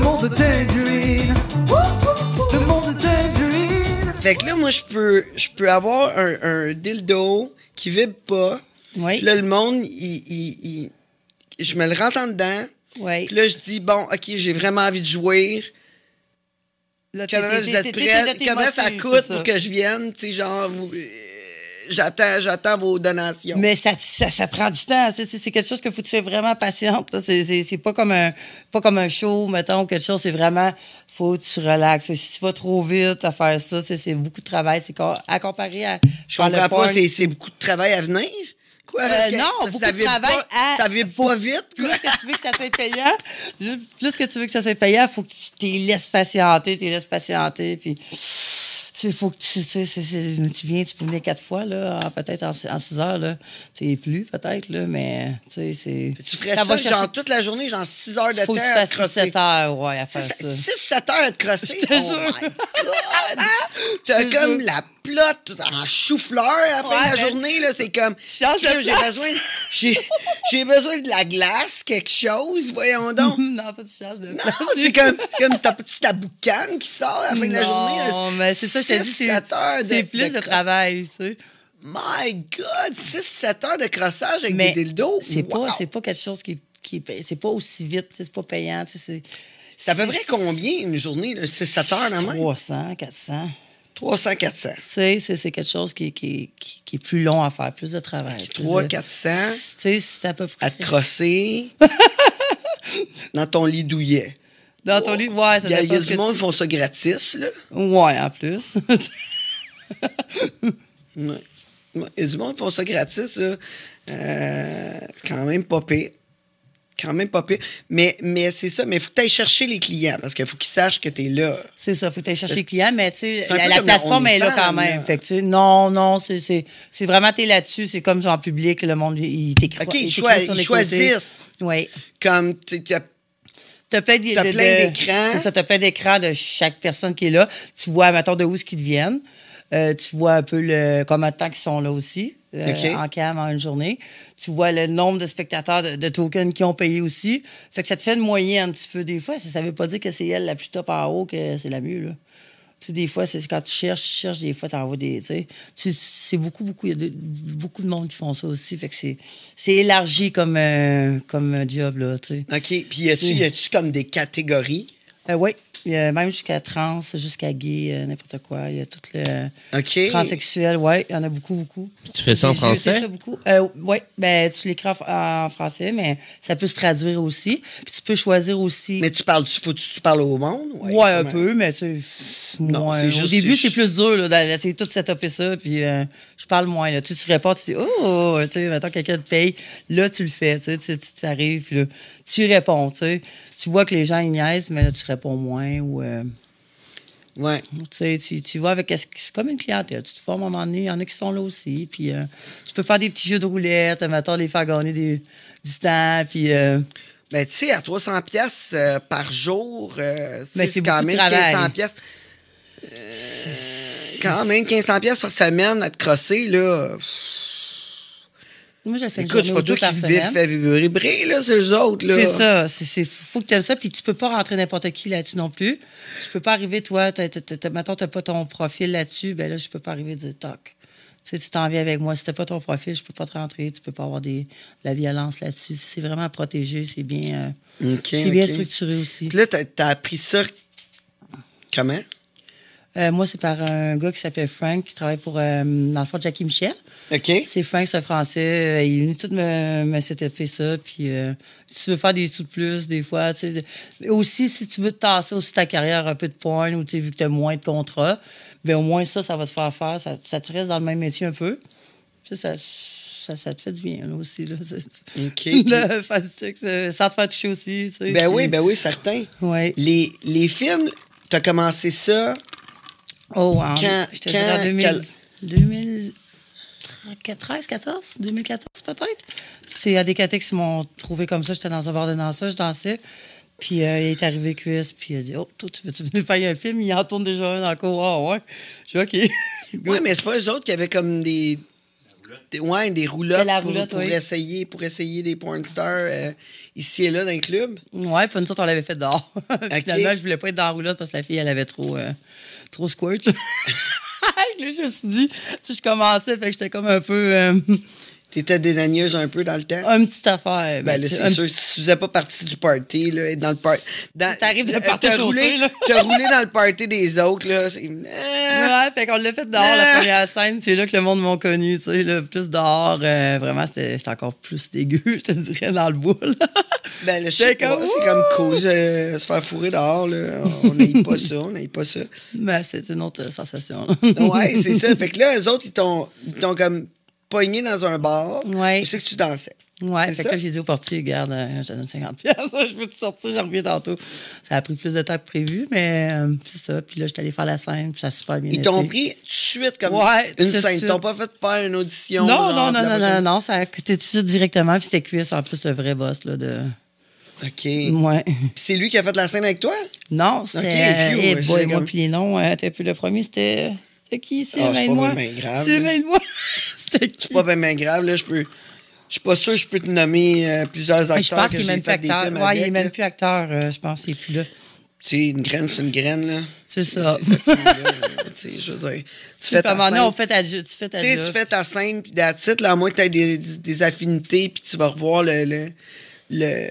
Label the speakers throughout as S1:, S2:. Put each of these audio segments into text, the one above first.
S1: monde tangerine. Le monde tangerine.
S2: Fait que là, moi, je peux, je peux avoir un, un dildo qui vibre pas.
S3: Oui.
S2: Puis là, le monde, il, il- il- je me le rentre en dedans.
S3: Oui.
S2: Puis là, je dis, bon, OK, j'ai vraiment envie de jouer.
S3: Là, t'es-
S2: Comment
S3: t'es-
S2: vous
S3: t'es-
S2: êtes
S3: t'es- t'es-
S2: prêts?
S3: t'es-
S2: Comment
S3: t'es-
S2: ça
S3: t'es-
S2: coûte
S3: c'est
S2: pour
S3: ça.
S2: que je vienne? Tu sais, genre, vous- euh, j'attends, j'attends vos donations.
S3: Mais ça, ça, ça prend du temps. C'est- C'est c'est quelque chose que faut que tu sois vraiment patiente. là. C'est- C'est c'est pas comme un pas comme un show, mettons, quelque chose. C'est vraiment faut que tu relaxes. Si tu vas trop vite à faire ça, c'est c'est beaucoup de travail. C'est com- à comparer à.
S2: Je
S3: faire le
S2: comprends pas,
S3: porn.
S2: c'est c'est beaucoup de travail à venir. Quoi? parce
S3: Euh,
S2: que-
S3: non,
S2: parce que
S3: beaucoup
S2: ça
S3: de
S2: vibre
S3: travail
S2: pas-
S3: à-
S2: Ça vibre pas vite.
S3: plus que tu veux que ça soit payant, ju- plus que tu veux que ça soit payant, faut que tu t'y laisses patienter, t'y laisses patienter, puis il faut que tu, tu, sais, c'est- c'est- tu viens, tu peux venir quatre fois, là, en- peut-être en, en six heures, là. Tu sais, plus, peut-être, là, mais, tu sais, c'est...
S2: Tu ferais
S3: va
S2: ça,
S3: chercher-
S2: genre, toute la journée, genre 6 heures de
S3: Faut que tu
S2: temps à
S3: fasses six,
S2: crosser.
S3: sept heures, ouais, à faire ça.
S2: 6-7 heures à te crosser.
S3: Je te
S2: oh
S3: jure.
S2: my God! T'as
S3: te
S2: comme
S3: jure.
S2: la plotte en chou-fleur à la fin de la
S3: Ouais, ben,
S2: journée. là. C'est comme,
S3: changes de
S2: crème, j'ai
S3: place.
S2: besoin, j'ai, j'ai besoin de la glace, quelque chose, voyons donc.
S3: non, pas de charge de
S2: Non, c'est comme, c'est comme ta petite la boucane qui sort à la fin de la journée. là.
S3: Non, mais c'est ça, je te dis,
S2: Six,
S3: c'est
S2: sept heures de-
S3: c'est plus
S2: de
S3: de
S2: cross-
S3: travail, tu sais.
S2: My God! 6-7 heures de crossage avec
S3: mais
S2: des dildos.
S3: C'est
S2: Wow!
S3: pas, c'est pas quelque chose qui, qui est pay- c'est pas aussi vite, tu sais, c'est pas payant, tu sais, c'est.
S2: C'est à peu près combien une journée? 6-7 heures, là, même?
S3: 300, 400.
S2: 300-400.
S3: Tu sais, c'est c'est quelque chose qui, qui, qui, qui est plus long à faire, plus de travail. plus
S2: 300,
S3: de-
S2: 400.
S3: Tu sais, c'est à peu près.
S2: à te crosser dans ton lit douillet.
S3: Dans ton lit, ouais, Ah, ça
S2: Il y a, il y a
S3: dépend ce
S2: du
S3: que
S2: monde
S3: tu-
S2: qui font ça gratis, là.
S3: Ouais, en plus.
S2: Ouais. Ouais, Il y a du monde qui font ça gratis, là. Euh, quand même pas pire. Quand même pas pire. Mais, mais c'est ça, mais faut que tu ailles chercher les clients parce qu'il faut qu'ils sachent que tu es là.
S3: c'est ça, faut aller chercher les clients, mais tu sais,
S2: C'est un
S3: la,
S2: peu
S3: la
S2: comme le
S3: plateforme est là
S2: OnlyFans,
S3: quand même.
S2: là.
S3: Fait que, tu sais, non, non, c'est- c'est c'est vraiment, t'es là-dessus, c'est comme en public, le monde, il t'écrit.
S2: OK, ils
S3: t'écrit
S2: choi-
S3: sur
S2: ils
S3: les
S2: choisissent.
S3: Oui.
S2: Comme tu- tu as-
S3: T'as plein d'é-
S2: T'as
S3: de-
S2: plein
S3: de-
S2: d'écrans.
S3: C'est ça, t'as plein d'écrans de chaque personne qui est là. Tu vois, mettons, de où ce qu'ils deviennent. Euh, tu vois un peu le combien de temps qu'ils sont là aussi, euh,
S2: OK.
S3: en cam, en une journée. Tu vois le nombre de spectateurs de, de tokens qui ont payé aussi. Fait que ça te fait une moyenne, tu peux. Des fois, ça, ça veut pas dire que c'est elle la plus top en haut, que c'est la mieux, là. Tu sais, des fois, c'est quand tu cherches, tu cherches, des fois, t'envoies des. Tu sais, Tu- c'est beaucoup, beaucoup. Il y a de- beaucoup de monde qui font ça aussi. Fait que c'est c'est élargi comme, euh, comme job, là, tu sais.
S2: OK, puis y a-tu-
S3: C'est-
S2: y a-tu comme des catégories?
S3: Euh, oui, Il y a même jusqu'à trans, jusqu'à gay, euh, n'importe quoi. Il y a tout le
S2: OK.
S3: transsexuel, oui, il y en a beaucoup, beaucoup.
S4: Tu fais ça en
S3: J'ai- j'ai fait
S4: français?
S3: ça beaucoup. Euh, oui, ben, tu l'écris en, en français, mais ça peut se traduire aussi. Puis tu peux choisir aussi.
S2: Mais tu parles, faut tu, tu parles au monde?
S3: ouais, un
S2: comment?
S3: peu, mais tu
S2: Non,
S3: moins.
S2: c'est juste-
S3: Au début,
S2: c'est-
S3: c'est plus dur, là, d'aller essayer tout setuper ça, puis euh, je parle moins. Là. Tu, sais, tu réponds, tu dis, oh, tu sais, maintenant quelqu'un te paye, là, tu le fais, tu sais, tu, tu- tu arrives, puis là, tu réponds, tu sais. Tu vois que les gens, ils niaisent, mais là, tu réponds moins ou. euh,
S2: Ouais.
S3: tu, sais, tu, tu vois avec. qu'est-ce qui- C'est comme une clientèle. Tu te formes à un moment donné. Il y en a qui sont là aussi. Puis euh, tu peux faire des petits jeux de roulette, mettons, les faire gagner des, du temps. Puis. euh,
S2: Ben, tu sais, à 300 pièces par jour, euh, tu sais,
S3: Ben,
S2: c'est
S3: c'est
S2: quand
S3: beaucoup
S2: même
S3: de travail.
S2: 1500 pièces. quand même 1500 pièces par semaine à te crosser, là.
S3: moi, j'ai fait une
S2: Écoute,
S3: journée
S2: c'est
S3: ou
S2: pas
S3: deux
S2: toi
S3: par
S2: qui vi-
S3: semaine.
S2: fais vibrer, là, c'est eux autres, là.
S3: C'est ça. C'est, c'est- faut que tu aimes ça. Puis tu peux pas rentrer n'importe qui là-dessus non plus. Je peux pas arriver, toi, t'as, t'as, t'as- t'as- mettons, t'as pas ton profil là-dessus. Ben là, je peux pas arriver et dire toc. Tu sais, tu t'en viens avec moi. Si t'as pas ton profil, je peux pas te rentrer. Tu peux pas avoir des, de la violence là-dessus. C'est vraiment protégé. C'est bien, euh,
S2: OK,
S3: c'est bien
S2: OK.
S3: structuré aussi.
S2: Puis là, t'as, t'as appris ça comment?
S3: Euh, moi, c'est par un gars qui s'appelle Frank, qui travaille pour, euh, dans le fond, Jackie Michel.
S2: OK.
S3: C'est Frank, c'est un français. euh, Il est venu tout me, me fait ça. Puis, euh, si tu veux faire des sous de plus, des fois. tu sais, de- mais Aussi, si tu veux te tasser aussi ta carrière un peu de pointe ou tu sais, vu que tu as moins de contrats, ben au moins ça, ça va te faire faire. Ça, ça te reste dans le même métier un peu. Ça, ça, ça, ça te fait du bien, là, aussi. Là.
S2: OK.
S3: Là, faire du sexe, euh, sans te faire toucher aussi. tu sais,
S2: Ben
S3: puis-
S2: oui, ben oui, certain.
S3: Ouais.
S2: Les, les films, t'as commencé ça
S3: Oh, en-
S2: Quand-
S3: je te
S2: quand-
S3: dirais en 2000,
S2: quel-
S3: 2013, 14, 2014 peut-être. C'est à Décaté qui m'ont trouvé comme ça. J'étais dans un bar de danseur, je dansais. Puis euh, il est arrivé QS, puis il a dit Oh, toi, tu veux-tu venir faire un film Il en tourne déjà un dans le cours. Ah, ouais. Je dis OK.
S2: Oui, mais c'est pas eux autres qui avaient comme des.
S4: roulettes.
S2: Des, ouais, des roulottes,
S3: Fais la
S2: pour-
S3: roulotte,
S2: pour,
S3: oui.
S2: essayer, pour essayer des porn stars euh, ici et là dans les clubs.
S3: Ouais, puis nous autres, on l'avait fait dehors.
S2: Ok.
S3: Finalement, je voulais pas être dans la roulotte parce que la fille, elle avait trop, euh, trop squirt. Là, je me suis dit, tu sais, je commençais, fait que j'étais comme un peu. euh,
S2: T'étais dédaigneuse un peu dans le temps.
S3: une petite affaire.
S2: Ben, là,
S3: tu sais,
S2: c'est
S3: Ah, un-
S2: sûr, si tu faisais pas partie du party, là, être dans le party. dans-
S3: t'arrives de
S2: euh,
S3: party
S2: t'as
S3: sauté,
S2: roulé,
S3: là.
S2: t'as roulé dans le party des autres, là. c'est- Ah!
S3: Ouais, fait qu'on l'a fait dehors, la première scène. C'est là que le monde m'a connu, tu sais, là, plus dehors. euh, vraiment, c'était c'était encore plus dégueu, je te dirais, dans le bois, là.
S2: Ben, le
S3: J'étais
S2: c'est comme,
S3: comme,
S2: c'est comme cool, euh, se faire fourrer dehors, là. On n'aille pas ça, on n'aille pas ça.
S3: Mais c'est une autre sensation.
S2: Ouais, c'est ça. Fait que là, eux autres, ils t'ont, ils t'ont comme pogné dans un bar.
S3: Ouais.
S2: Je sais que tu dansais.
S3: Ouais,
S2: C'est
S3: fait
S2: ça?
S3: que là, j'ai dit au portier, regarde, euh, je te donne 50 pièces, je peux te sortir, je reviens tantôt. Ça a pris plus de temps que prévu, mais euh, c'est ça. Puis là, je suis allée faire la scène, puis ça a super bien
S2: Ils
S3: été.
S2: t'ont pris tout de suite comme
S3: Ouais,
S2: une
S3: tout de
S2: scène. Ils
S3: suite.
S2: t'ont pas fait faire une audition.
S3: Non,
S2: genre, pour
S3: non, non,
S2: la
S3: non, non,
S2: prochaine-
S3: non, ça a coûté tout de suite directement, puis c'était cuisse, en plus, le vrai boss, là, de...
S2: OK.
S3: Ouais.
S2: Puis c'est lui qui a fait la scène avec toi?
S3: Non, c'était...
S2: Ok, phew,
S3: eh
S2: je
S3: boy,
S2: sais
S3: moi,
S2: comme-
S3: puis les noms, euh, t'as plus le premier, c'était... C'était qui, c'est
S2: Ah, c'est pas
S3: moi
S2: bien grave,
S3: C'est
S2: là.
S3: moi C'était qui?
S2: C'est pas bien grave, là. Je peux. Je suis pas sûr que je peux te nommer euh, plusieurs acteurs.
S3: Je pense
S2: que
S3: qu'il est
S2: j'ai
S3: même plus
S2: fait des
S3: acteur.
S2: films
S3: Ouais, il est
S2: avec,
S3: même
S2: là.
S3: plus acteur, euh, je pense, il est plus là.
S2: Tu sais, une graine, c'est une graine, là.
S3: C'est ça.
S2: C'est cette fille-là, là. Tu sais, je veux dire. Tu fais
S3: Puis à un
S2: ta
S3: moment
S2: scène.
S3: donné, on fait ta ju- tu fais ta
S2: Tu sais,
S3: job.
S2: tu fais ta scène, puis that's it, là, à moins que tu aies des, des affinités, puis tu vas revoir le, le, le,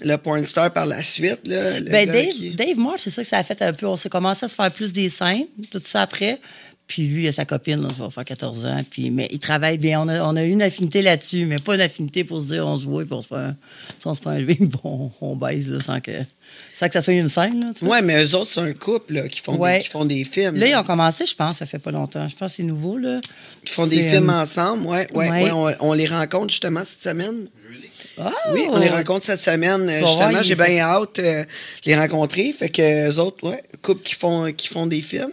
S2: le porn star par la suite. Là, le
S3: Ben
S2: gars
S3: Dave,
S2: qui-
S3: Dave Marsh, c'est ça que ça a fait un peu. On s'est commencé à se faire plus des scènes, tout ça après. Puis lui, il a sa copine, là, ça va faire 14 ans. Puis, mais il travaille bien. On a, on a eu une affinité là-dessus, mais pas une affinité pour se dire on se voit, puis on se fait un, si on se fait un livre, bon, on baise là, sans, que, sans que ça soit une scène. Là, tu sais.
S2: Ouais, mais eux autres, c'est un couple là, qui, font
S3: Ouais.
S2: des, qui font des films.
S3: là, ils ont commencé, je pense, ça fait pas longtemps. Je pense que c'est nouveau. Là.
S2: Qui font des
S3: C'est,
S2: films
S3: euh,
S2: ensemble, ouais, ouais,
S3: ouais.
S2: ouais, on, on les rencontre justement cette semaine.
S4: Jeudi.
S3: Ah,
S2: Oui, on les rencontre cette semaine. euh,
S3: vas
S2: Justement,
S3: voir,
S2: j'ai
S3: ils-
S2: bien hâte euh, de les rencontrer. Fait que eux autres, ouais, couple qui font, qui font des films.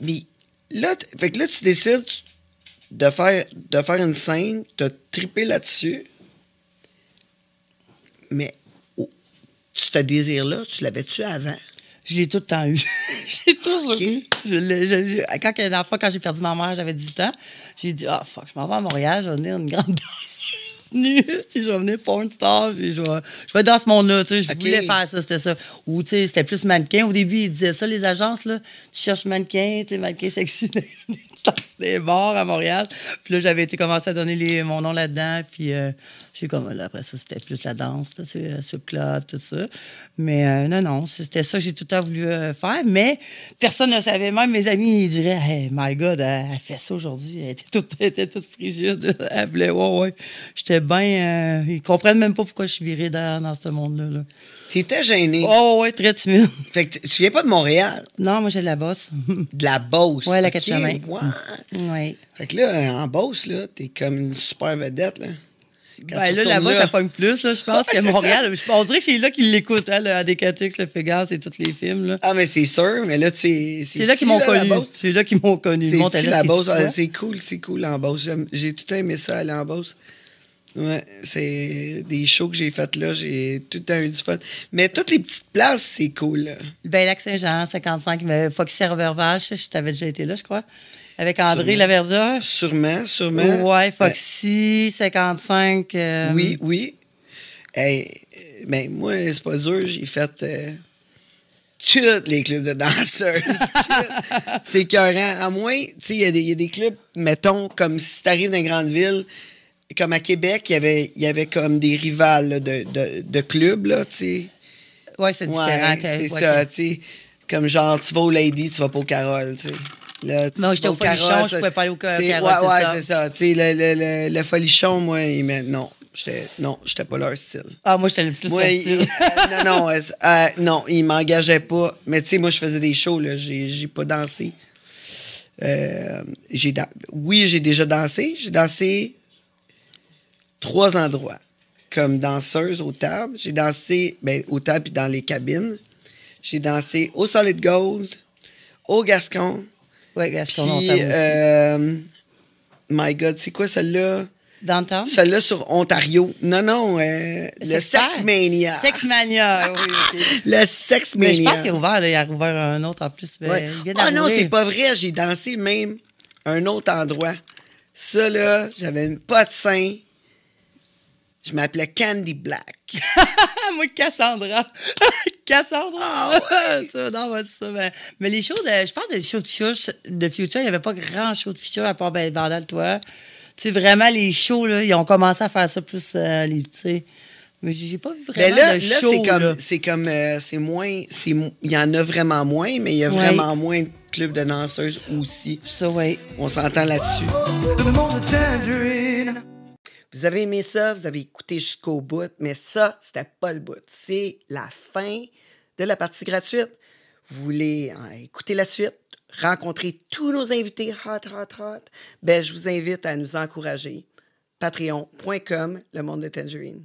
S2: Mais là, t- fait que là, tu décides de faire, de faire une scène, t'as trippé là-dessus. Mais oh, tu te désires-là, tu l'avais-tu avant?
S3: Je l'ai tout le temps eu. j'ai toujours
S2: Ok.
S3: eu. Je l'ai- je- je- quand, la dernière fois, quand j'ai perdu ma mère, j'avais 18 ans, j'ai dit Ah, fuck, je m'en vais à Montréal, je vais devenir une grande danseuse nue. Tu sais, je vais devenir porn star, puis je vais, je vais être dans ce monde-là. Tu sais, je
S2: Ok.
S3: voulais faire ça, c'était ça. Ou, tu sais, c'était plus mannequin. Au début, ils disaient ça, les agences, là. Tu cherches mannequin, tu sais, mannequin sexy des- des bars à Montréal. Puis là, j'avais été commencé à donner les- mon nom là-dedans, puis euh, j'ai comme, là, après ça, c'était plus la danse, là, tu sais, euh, sub club, tout ça. Mais euh, non, non, c'était ça que j'ai tout le temps voulu euh, faire, mais personne ne savait. Même mes amis, ils diraient, hey, my God, elle, elle fait ça aujourd'hui, elle était toute, elle était toute frigide, elle voulait, ouais, ouais. J'étais bien, euh, ils comprennent même pas pourquoi je suis virée dans, dans ce monde-là. là.
S2: T'étais gêné.
S3: Oh, ouais, très timide.
S2: Fait que tu tu viens pas de Montréal,
S3: Non, moi, j'ai de la bosse.
S2: de la Beauce.
S3: Ouais, la
S2: Ok,
S3: Quatre-Chemins.
S2: ouais.
S3: oui.
S2: Fait que là, en Beauce, là, t'es comme une super vedette, là. Quand tu
S3: Ben là,
S2: retournes
S3: là-bas, ça pogne plus, là, je pense,
S2: Ouais,
S3: que
S2: c'est
S3: Montréal. Je- On dirait que c'est là qu'ils l'écoutent, hein, le ADKTX, le Pégase et tous les films. Là.
S2: Ah, mais c'est sûr, mais là, tu sais,
S3: C'est là
S2: petit,
S3: qu'ils m'ont
S2: la
S3: connu.
S2: Beauce.
S3: C'est là qu'ils m'ont connu.
S2: C'est
S3: Ils m'ont
S2: petit,
S3: allé,
S2: la
S3: c'est-tu
S2: Beauce. Ah,
S3: toi?
S2: C'est cool, c'est cool, en Beauce. J'aime- J'ai tout aimé ça, aller en Beauce. Ouais, c'est des shows que j'ai faites là, j'ai tout le temps eu du fun. Mais toutes les petites places, c'est cool. là.
S3: Ben, Lac-Saint-Jean, 55, mais Foxy Vache, je t'avais déjà été là, je crois. Avec André Laverdure.
S2: Sûrement, sûrement.
S3: Ouais, Foxy, 55. euh,
S2: Euh, oui, oui. Hey, euh, ben, moi, c'est pas dur, j'ai fait euh, tous les clubs de danseuses. tout. c'est écœurant. À moins, tu sais, il y, a des- il y a des clubs, mettons, comme si t'arrives dans une grande ville, comme à Québec, il y avait, il y avait comme des rivales là, de, de, de clubs, là, tu sais.
S3: Ouais, c'est différent.
S2: Ouais,
S3: que-
S2: c'est
S3: ouais,
S2: ça,
S3: que-
S2: tu sais. Comme genre, tu vas au Lady, tu vas pas au Carole, tu sais. Là, tu-
S3: Non,
S2: tu
S3: j'étais
S2: vas
S3: au Folichon,
S2: Carole,
S3: je
S2: ça-
S3: pouvais pas aller au Ca-
S2: tu sais,
S3: Carole, c'est
S2: Ouais, ouais,
S3: ça.
S2: c'est ça. Tu sais, le, le, le, le Folichon, moi, il m'a- non, j'étais, non, j'étais pas leur style.
S3: Ah, moi, j'étais le plus
S2: Moi,
S3: facile.
S2: il- euh, non, non, euh, euh, non, il m'engageait pas. Mais tu sais, moi, je faisais des shows, là. J'ai, j'ai pas dansé. Euh, j'ai da- Oui, j'ai déjà dansé. J'ai dansé trois endroits. Comme danseuse aux tables. J'ai dansé ben, aux tables puis dans les cabines. J'ai dansé au Solid Gold, au Gascon.
S3: Ouais, Gaston, on
S2: Puis,
S3: t'aime aussi.
S2: euh, my God, c'est quoi celle-là?
S3: Dans le temps?
S2: Celle-là sur Ontario. Non, non, euh, le
S3: Sexmania.
S2: Sex Mania.
S3: Sexmania, oui, ok.
S2: Le sex
S3: Mais
S2: mania.
S3: je pense qu'il a ouvert, là, il a rouvert un autre en plus. mais
S2: Ouais.
S3: il vient
S2: Ah non,
S3: d'arriver.
S2: c'est pas vrai. J'ai dansé même un autre endroit. Ça, là, j'avais pas de sein. Je m'appelais Candy Black.
S3: Ah, Moi, Cassandra. Cassandra.
S2: Ah,
S3: Ça, non, ouais, c'est ça, mais, mais les shows de. Je pense que les shows de Future, de Future, il n'y avait pas grand show de Future à part ben, Vandal, toi. Tu sais, vraiment, les shows, là, ils ont commencé à faire ça plus. euh, les, tu sais. Mais j'ai j'ai pas vu
S2: Mais
S3: vraiment
S2: Ben, là,
S3: de
S2: là,
S3: show.
S2: c'est
S3: là.
S2: comme, c'est comme, euh, c'est moins, c'est, mo- il y en a vraiment moins, mais il y a
S3: Ouais.
S2: vraiment moins de clubs de danseuses aussi.
S3: Ça, ouais.
S2: On s'entend là-dessus.
S1: Le monde de Tangerine.
S2: Vous avez aimé ça, vous avez écouté jusqu'au bout, mais ça, c'était pas le bout. C'est la fin de la partie gratuite. Vous voulez euh, écouter la suite, rencontrer tous nos invités hot, hot, hot, ben je vous invite à nous encourager. Patreon.com, le monde de Tangerine.